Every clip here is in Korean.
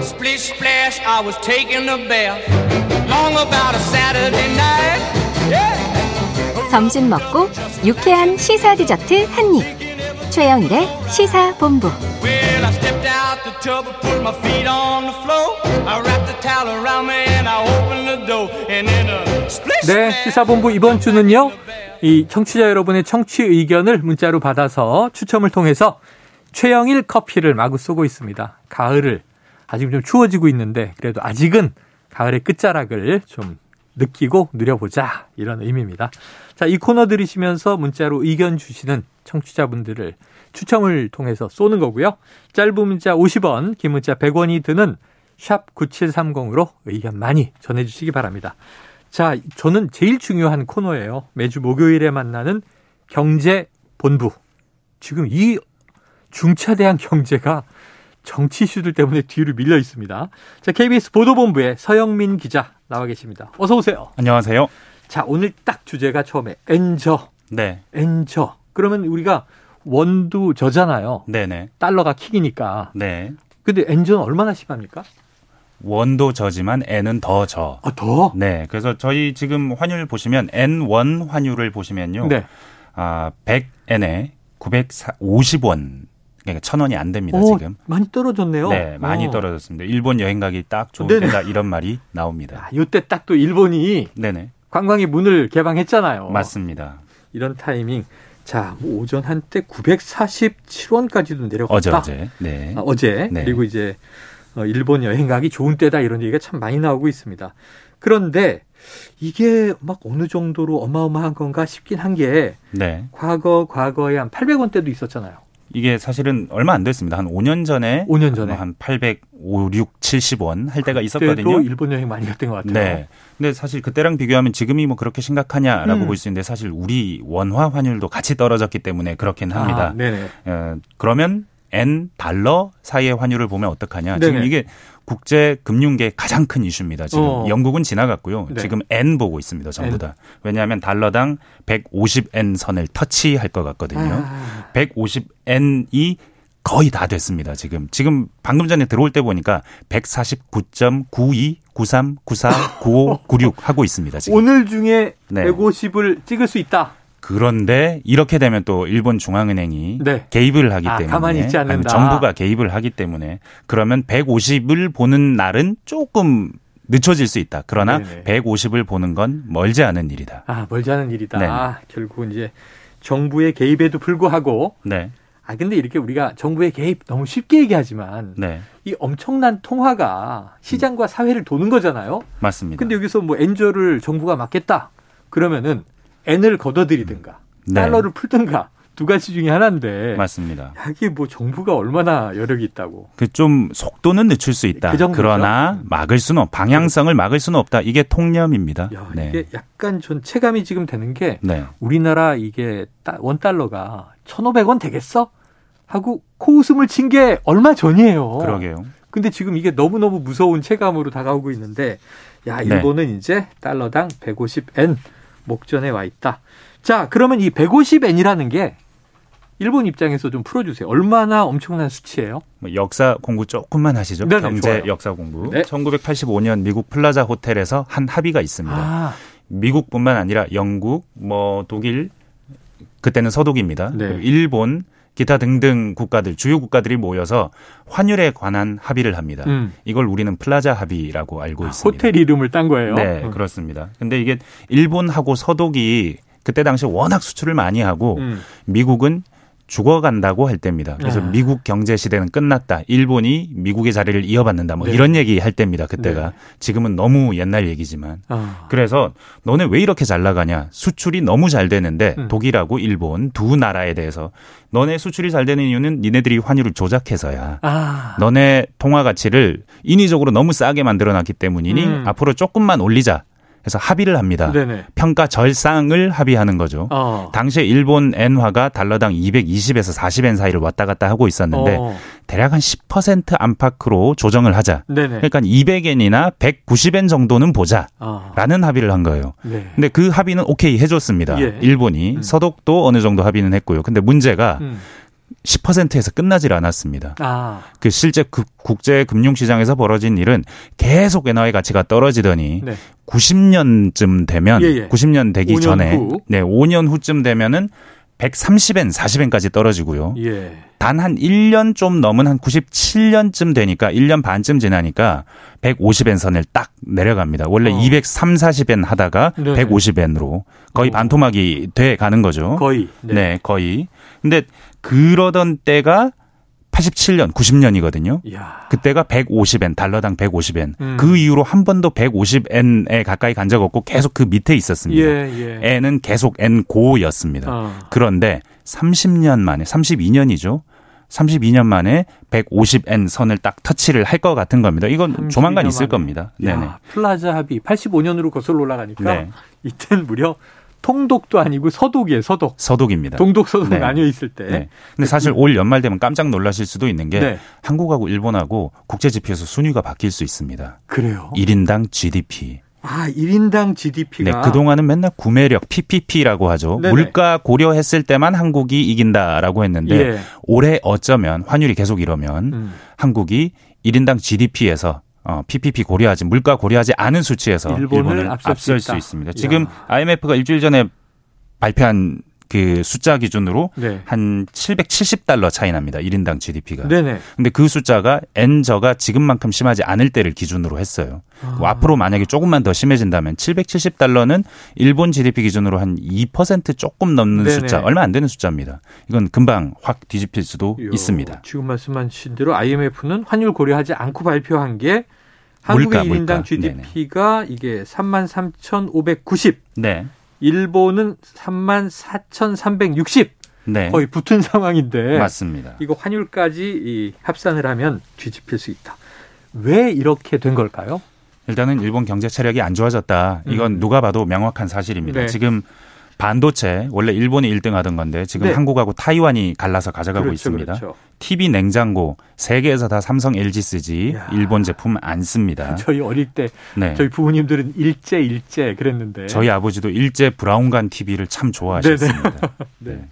Splish splash, I was taking a bath. Long about a Saturday night. Yeah. 점심 먹고 유쾌한 시사 디저트 한 입. 최영일의 시사본부. Well, I stepped out the tub and put my feet on the floor. I wrapped the towel around me and I opened the door. And then a splish 네, splash. 시사본부 이번 주는요, 이 청취자 여러분의 청취 의견을 문자로 받아서 추첨을 통해서 최영일 커피를 마구 쏘고 있습니다. 가을을. 아직 좀 추워지고 있는데, 그래도 아직은 가을의 끝자락을 좀 느끼고 누려보자. 이런 의미입니다. 자, 이 코너 들으시면서 문자로 의견 주시는 청취자분들을 추첨을 통해서 쏘는 거고요. 짧은 문자 50원, 긴 문자 100원이 드는 샵 9730으로 의견 많이 전해주시기 바랍니다. 자, 저는 제일 중요한 코너예요. 매주 목요일에 만나는 경제 본부. 지금 이 중차대한 경제가 정치 이슈들 때문에 뒤로 밀려 있습니다. 자, KBS 보도본부의 서영민 기자 나와 계십니다. 어서 오세요. 안녕하세요. 자, 오늘 딱 주제가 처음에 엔저, 네, 엔저. 그러면 우리가 원도 저잖아요. 네네, 달러가 킥이니까. 네. 근데 엔저는 얼마나 심합니까? 원도 저지만 n은 더 저. 아, 더? 네, 그래서 저희 지금 환율 보시면 n1 환율을 보시면요, 네. 아 100n에 950원, 그러니까 천 원이 안 됩니다 오, 지금. 많이 떨어졌네요. 네, 많이 어. 떨어졌습니다. 일본 여행 가기 딱 좋은 네네. 때다 이런 말이 나옵니다. 아, 요때 딱 또 일본이 네네, 관광의 문을 개방했잖아요. 맞습니다. 이런 타이밍. 자, 뭐 오전 한때 947원까지도 내려갔다. 어제 어제. 네, 아, 어제. 네. 그리고 이제 어, 일본 여행 가기 좋은 때다 이런 얘기가 참 많이 나오고 있습니다. 그런데 이게 막 어느 정도로 어마어마한 건가 싶긴 한 게 네. 과거 과거에 한 800원대도 있었잖아요. 이게 사실은 얼마 안 됐습니다. 한 5년 전에 5년 전에. 한 805, 6, 70원 할 그때도 때가 있었거든요. 일본 여행 많이 갔던 것 같아요. 네. 근데 사실 그때랑 비교하면 지금이 뭐 그렇게 심각하냐라고 음. 볼 수 있는데 사실 우리 원화 환율도 같이 떨어졌기 때문에 그렇긴 아, 합니다. 네네. 어, 그러면 엔 달러 사이의 환율을 보면 어떡하냐. 지금 네네. 이게 국제 금융계 가장 큰 이슈입니다. 지금 어. 영국은 지나갔고요. 네. 지금 엔 보고 있습니다. 전부 엔. 다. 왜냐하면 달러당 150엔 선을 터치할 것 같거든요. 아, 150엔이 거의 다 됐습니다. 지금 지금 방금 전에 들어올 때 보니까 149.92 93 94 95 96 하고 있습니다. 지금. 오늘 중에 네. 150을 찍을 수 있다. 그런데 이렇게 되면 또 일본 중앙은행이 네. 개입을 하기 아, 때문에 가만히 있지 않는다. 아니, 정부가 개입을 하기 때문에 그러면 150을 보는 날은 조금 늦춰질 수 있다. 그러나 네네. 150을 보는 건 멀지 않은 일이다. 아, 멀지 않은 일이다. 네. 아, 결국은 이제 정부의 개입에도 불구하고 네. 아 근데 이렇게 우리가 정부의 개입 너무 쉽게 얘기하지만 네. 음. 이 엄청난 통화가 시장과 사회를 도는 거잖아요. 맞습니다. 근데 여기서 뭐 엔저를 정부가 막겠다. 그러면은 엔을 걷어들이든가 네. 달러를 풀든가 두 가지 중에 하나인데 맞습니다. 야, 이게 뭐 정부가 얼마나 여력이 있다고. 그 좀 속도는 늦출 수 있다. 그 정도죠. 러나 막을 수는 없, 방향성을 막을 수는 없다. 이게 통념입니다. 야, 네. 이게 약간 전 체감이 지금 되는 게 네. 우리나라 이게 따- 원달러가 1,500원 되겠어? 하고 코웃음을 친 게 얼마 전이에요. 그러게요. 근데 지금 이게 너무너무 무서운 체감으로 다가오고 있는데 야 네. 일본은 이제 달러당 150엔 목전에 와 있다. 자 그러면 이 150엔이라는 게 일본 입장에서 좀 풀어주세요. 얼마나 엄청난 수치예요? 뭐 역사 공부 조금만 하시죠. 네네, 경제 좋아요. 역사 공부. 네. 1985년 미국 플라자 호텔에서 한 합의가 있습니다. 아, 미국뿐만 아니라 영국, 뭐 독일, 그때는 서독입니다. 네. 그리고 일본, 기타 등등 국가들 주요 국가들이 모여서 환율에 관한 합의를 합니다. 음. 이걸 우리는 플라자 합의라고 알고 있습니다. 호텔 이름을 딴 거예요. 네, 음. 그렇습니다. 근데 이게 일본하고 서독이 그때 당시 워낙 수출을 많이 하고 음. 미국은 죽어간다고 할 때입니다. 그래서 아. 미국 경제 시대는 끝났다. 일본이 미국의 자리를 이어받는다. 뭐 네. 이런 얘기 할 때입니다. 그때가 지금은 너무 옛날 얘기지만. 아, 그래서 너네 왜 이렇게 잘 나가냐? 수출이 너무 잘 되는데 음. 독일하고 일본 두 나라에 대해서 너네 수출이 잘 되는 이유는 니네들이 환율을 조작해서야. 아, 너네 통화 가치를 인위적으로 너무 싸게 만들어 놨기 때문이니 음. 앞으로 조금만 올리자 해서 합의를 합니다. 아, 네네. 평가 절상을 합의하는 거죠. 어. 당시에 일본 엔화가 달러당 220에서 40엔 사이를 왔다 갔다 하고 있었는데 어. 대략 한 10% 안팎으로 조정을 하자. 네네. 그러니까 200엔이나 190엔 정도는 보자라는 아, 합의를 한 거예요. 네. 근데 그 합의는 오케이 해줬습니다. 예. 일본이 음. 서독도 어느 정도 합의는 했고요. 근데 문제가 음. 10%에서 끝나질 않았습니다. 아, 그 실제 그 국제 금융 시장에서 벌어진 일은 계속 엔화의 가치가 떨어지더니 네. 90년쯤 되면 예, 예. 90년 되기 5년 전에 후. 네, 5년 후쯤 되면은 130엔, 40엔까지 떨어지고요. 예. 단 한 1년 좀 넘은 한 97년쯤 되니까 1년 반쯤 지나니까 150엔 선을 딱 내려갑니다. 원래 어. 203, 40엔 하다가 네네. 150엔으로 거의 어. 반토막이 돼 가는 거죠. 거의. 네. 거의. 근데 그러던 때가 87년, 90년이거든요. 네. 이야. 그때가 150엔, 달러당 150엔. 음. 그 이후로 한 번도 150엔에 가까이 간 적 없고 계속 그 밑에 예, 있었습니다. 예. 엔은 계속 엔 고였습니다. 어. 그런데 30년 만에, 32년이죠. 32년 만에 150엔 선을 딱 터치를 할 것 같은 겁니다. 이건 32년 조만간 있을 만에. 겁니다. 야, 네네. 플라자 합의 85년으로 거슬러 올라가니까 네. 이땐 무려 통독도 아니고 서독이에요, 서독. 서독입니다. 동독 서독 네. 나뉘어 있을 때. 네. 근데 사실 올 연말 되면 깜짝 놀라실 수도 있는 게 네. 한국하고 일본하고 국제 지표에서 순위가 바뀔 수 있습니다. 그래요. 1인당 GDP. 아, 1인당 네, GDP가 그동안은 맨날 구매력 PPP라고 하죠. 네네. 물가 고려했을 때만 한국이 이긴다라고 했는데 예. 올해 어쩌면 환율이 계속 이러면 음, 한국이 1인당 GDP에서 어, PPP 고려하지 물가 고려하지 않은 수치에서 일본을 일본을, 앞설 앞설, 수 수, 있다. 있습니다. 이야. 지금 IMF가 일주일 전에 발표한 그 숫자 기준으로 네. 한 770달러 차이 납니다. 1인당 GDP가. 네네. 근데 그 숫자가 N저가 지금만큼 심하지 않을 때를 기준으로 했어요. 아. 뭐 앞으로 만약에 조금만 더 심해진다면 770달러는 일본 GDP 기준으로 한 2% 조금 넘는 네네. 숫자, 얼마 안 되는 숫자입니다. 이건 금방 확 뒤집힐 수도 요, 있습니다. 지금 말씀하신 대로 IMF는 환율 고려하지 않고 발표한 게 한국의 물가, 1인당 물가. GDP가 이게 33,590, 네. 일본은 34,360 네. 거의 붙은 상황인데 맞습니다. 이거 환율까지 이 합산을 하면 뒤집힐 수 있다. 왜 이렇게 된 걸까요? 일단은 일본 경제 체력이 안 좋아졌다. 이건 음. 누가 봐도 명확한 사실입니다. 네. 지금 반도체 원래 일본이 1등 하던 건데 지금 네. 한국하고 타이완이 갈라서 가져가고 그렇죠, 있습니다. 그렇죠. TV 냉장고 세계에서 다 삼성 LG 쓰지 야. 그렇죠. 일본 제품 안 씁니다. 저희 어릴 때 네. 저희 부모님들은 일제 일제 그랬는데 저희 아버지도 일제 브라운관 TV를 참 좋아하셨습니다. 네. 네.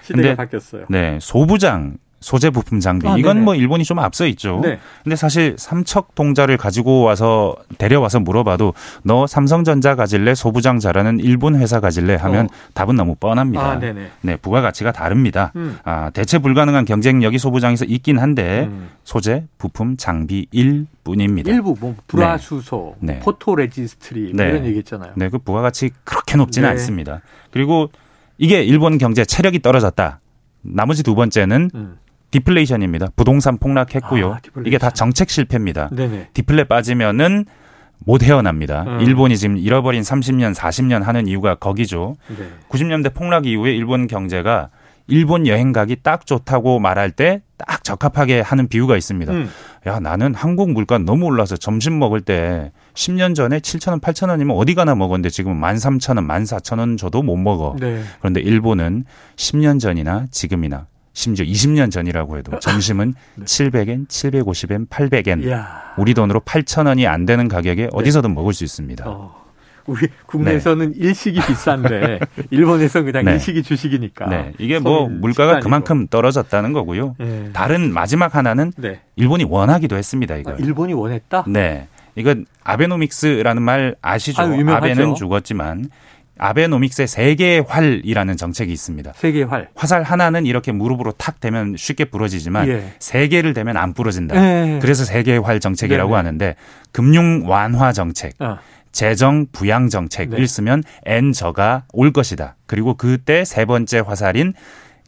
시대가 근데- 바뀌었어요. 네, 소부장 소재 부품 장비 아, 이건 네네. 뭐 일본이 좀 앞서 있죠. 네. 근데 사실 삼척 동자를 가지고 와서 데려와서 물어봐도 너 삼성전자 가질래 소부장 잘하는 일본 회사 가질래 하면 어. 답은 너무 뻔합니다. 아, 네네. 네, 부가가치가 다릅니다. 음. 아, 대체 불가능한 경쟁력이 소부장에서 있긴 한데 음. 소재, 부품, 장비 일 뿐입니다. 일부 뭐 불화수소, 네. 포토 레지스트리 뭐 네. 이런 얘기 있잖아요. 네, 그 부가가치 그렇게 높지는 네. 않습니다. 그리고 이게 일본 경제 체력이 떨어졌다. 나머지 두 번째는 음. 디플레이션입니다. 부동산 폭락했고요. 아, 디플레이션. 이게 다 정책 실패입니다. 네네. 디플레 빠지면은 못 헤어납니다. 음. 일본이 지금 잃어버린 30년, 40년 하는 이유가 거기죠. 네. 90년대 폭락 이후에 일본 경제가 일본 여행 가기 딱 좋다고 말할 때 딱 적합하게 하는 비유가 있습니다. 음. 야, 나는 한국 물가 너무 올라서 점심 먹을 때 10년 전에 7,000원, 8,000원이면 어디 가나 먹었는데 지금 13,000원, 14,000원 줘도 못 먹어. 네. 그런데 일본은 10년 전이나 지금이나 심지어 20년 전이라고 해도 점심은 700엔, 750엔, 800엔. 네. 이야. 네. 우리 돈으로 8,000원이 안 되는 가격에 어디서든 먹을 수 있습니다. 어. 우리 국내에서는 일식이 비싼데 일본에서는 그냥 네. 일식이 주식이니까. 네. 이게 뭐 아, 서민 물가가 식단이고. 그만큼 떨어졌다는 거고요. 네. 다른 마지막 하나는 네. 일본이 원하기도 했습니다, 이걸. 아, 일본이 원했다. 네. 이건 아베노믹스라는 말 아시죠? 아유, 유명하죠. 아베는 죽었지만 아베노믹스의 세계의 활이라는 정책이 있습니다. 세계활. 화살 하나는 이렇게 무릎으로 탁 대면 쉽게 부러지지만 예. 세 개를 대면 안 부러진다. 예. 그래서 세계의 활 정책이라고 네네. 하는데 금융 완화 정책, 어. 재정 부양 정책을 네. 쓰면 N 저가 올 것이다. 그리고 그때 세 번째 화살인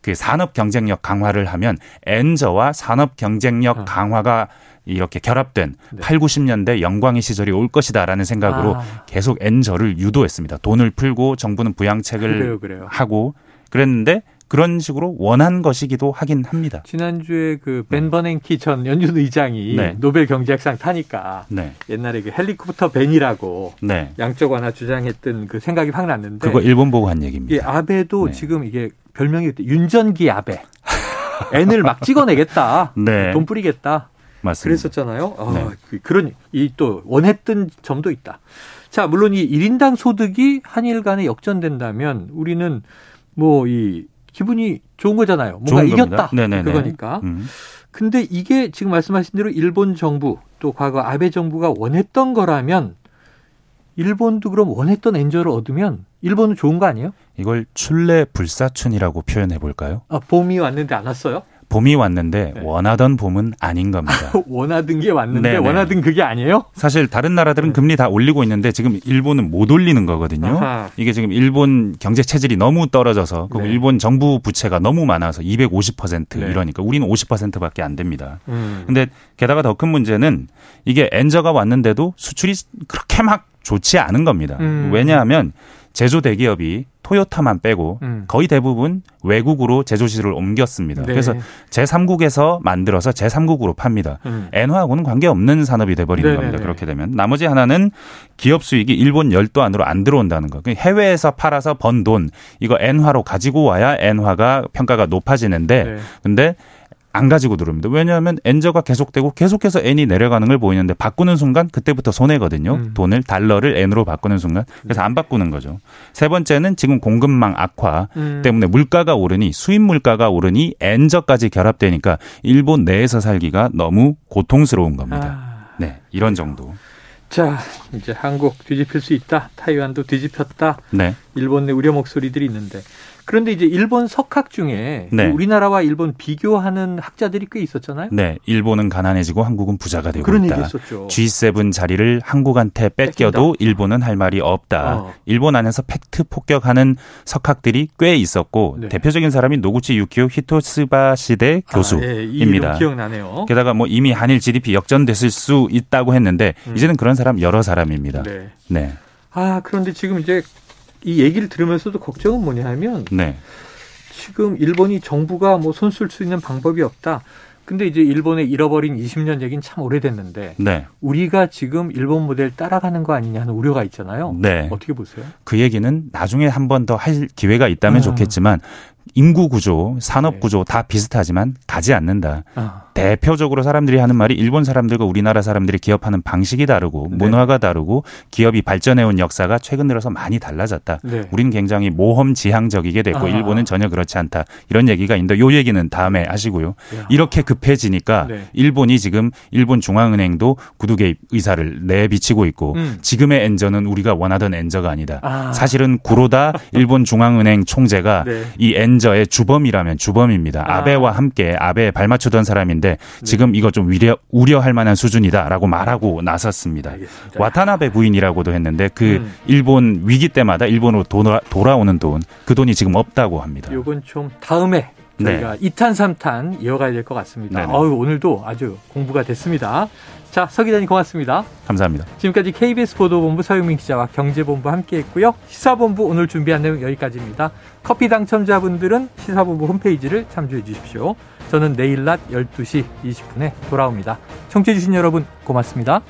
그 산업 경쟁력 강화를 하면 N 저와 산업 경쟁력 어. 강화가 이렇게 결합된 네. 8, 90년대 영광의 시절이 올 것이다라는 생각으로 아. 계속 N 저를 유도했습니다. 돈을 풀고 정부는 부양책을 그래요, 그래요. 하고 그랬는데 그런 식으로 원한 것이기도 하긴 합니다. 지난주에 그벤 버냉키 전 연준 의장이 네. 노벨 경제학상 타니까 네. 옛날에 그 헬리콥터 벤이라고 네. 양적 완화 주장했던 그 생각이 확 났는데 그거 일본 보고 한 이게 얘기입니다. 예, 아베도 네. 지금 이게 별명이 그때 윤전기 아베. N을 막 찍어내겠다. 네. 돈 뿌리겠다. 맞습니다. 그랬었잖아요. 아, 네. 그- 그런 이 또 원했던 점도 있다. 자, 물론 이 1인당 소득이 한일 간에 역전된다면 우리는 뭐 이 기분이 좋은 거잖아요. 뭔가 좋은 겁니다. 이겼다. 네네네. 그거니까. 음. 근데 이게 지금 말씀하신 대로 일본 정부 또 과거 아베 정부가 원했던 거라면 일본도 그럼 원했던 엔저를 얻으면 일본은 좋은 거 아니에요? 이걸 출래 불사춘이라고 표현해 볼까요? 아, 봄이 왔는데 안 왔어요? 봄이 왔는데 네. 원하던 봄은 아닌 겁니다. 원하던 게 왔는데 네네. 원하던 그게 아니에요? 사실 다른 나라들은 금리 다 올리고 있는데 지금 일본은 못 올리는 거거든요. 네. 아하. 이게 지금 일본 경제 체질이 너무 떨어져서 그리고 네. 일본 정부 부채가 너무 많아서 250% 네. 이러니까 우리는 50%밖에 안 됩니다. 음. 근데 게다가 더 큰 문제는 이게 엔저가 왔는데도 수출이 그렇게 막 좋지 않은 겁니다. 음. 왜냐하면 제조 대기업이 토요타만 빼고 음. 거의 대부분 외국으로 제조실을 옮겼습니다. 네. 그래서 제3국에서 만들어서 제3국으로 팝니다. 음. 엔화하고는 관계없는 산업이 돼버리는 네네네. 겁니다. 그렇게 되면 나머지 하나는 기업 수익이 일본 열도 안으로 안 들어온다는 거. 그러니까 해외에서 팔아서 번 돈 이거 엔화로 가지고 와야 엔화가 평가가 높아지는데 네. 근데 안 가지고 들어옵니다. 왜냐하면 엔저가 계속되고 계속해서 엔이 내려가는 걸 보이는데 바꾸는 순간 그때부터 손해거든요. 음. 돈을 달러를 엔으로 바꾸는 순간 그래서 안 바꾸는 거죠. 세 번째는 지금 공급망 악화 음. 때문에 물가가 오르니 수입 물가가 오르니 엔저까지 결합되니까 일본 내에서 살기가 너무 고통스러운 겁니다. 아. 네, 이런 정도. 자, 이제 한국 뒤집힐 수 있다. 타이완도 뒤집혔다. 네, 일본 내 우려 목소리들이 있는데. 그런데 이제 일본 석학 중에 네. 우리나라와 일본 비교하는 학자들이 꽤 있었잖아요. 네, 일본은 가난해지고 한국은 부자가 되고 그런 얘기 있다. 했었죠. G7 자리를 한국한테 뺏겨도 일본은 할 말이 없다. 어. 일본 안에서 팩트 폭격하는 석학들이 꽤 있었고 네. 대표적인 사람이 노구치 유키오 히토스바 시대 아, 예, 이 교수입니다. 이름 기억나네요. 게다가 뭐 이미 한일 GDP 역전됐을 수 있다고 했는데 음. 이제는 그런 사람 여러 사람입니다. 네, 네. 네. 아, 그런데 지금 이제 이 얘기를 들으면서도 걱정은 뭐냐 하면 네, 지금 일본이 정부가 뭐 손쓸 수 있는 방법이 없다. 근데 이제 일본의 잃어버린 20년 얘기는 참 오래됐는데 네, 우리가 지금 일본 모델 따라가는 거 아니냐 하는 우려가 있잖아요. 네. 어떻게 보세요? 그 얘기는 나중에 한 번 더 할 기회가 있다면 음. 좋겠지만 인구 구조, 네. 산업 구조 다 비슷하지만 가지 않는다. 아, 대표적으로 사람들이 하는 말이 일본 사람들과 우리나라 사람들이 기업하는 방식이 다르고 네. 문화가 다르고 기업이 발전해온 역사가 최근 들어서 많이 달라졌다. 네. 우리는 굉장히 모험 지향적이게 됐고 아. 일본은 전혀 그렇지 않다. 이런 얘기가 있는데 요 얘기는 다음에 하시고요. 야. 이렇게 급해지니까 네. 일본이 지금 일본 중앙은행도 구두 개입 의사를 내비치고 있고 음. 지금의 엔저는 우리가 원하던 엔저가 아니다. 아. 사실은 구로다 일본 중앙은행 총재가 네. 이 엔저의 주범이라면 주범입니다. 아. 네. 아베와 함께 아베에 발맞추던 사람인데 지금 이거 좀 우려, 우려할 만한 수준이다라고 말하고 나섰습니다. 알겠습니다. 와타나베 부인이라고도 했는데 그 음. 일본 위기 때마다 일본으로 돌아, 돌아오는 돈 그 돈이 지금 없다고 합니다. 요건 좀 다음에 저희가 이 2탄, 3탄 이어가야 될 것 같습니다. 네. 네네. 어우, 오늘도 아주 공부가 됐습니다. 자, 서기자님 고맙습니다. 감사합니다. 지금까지 KBS 보도본부 서영민 기자와 경제본부 함께 했고요. 시사본부 오늘 준비한 내용 여기까지입니다. 커피 당첨자분들은 시사본부 홈페이지를 참조해 주십시오. 저는 내일 낮 12시 20분에 돌아옵니다. 청취해주신 여러분 고맙습니다.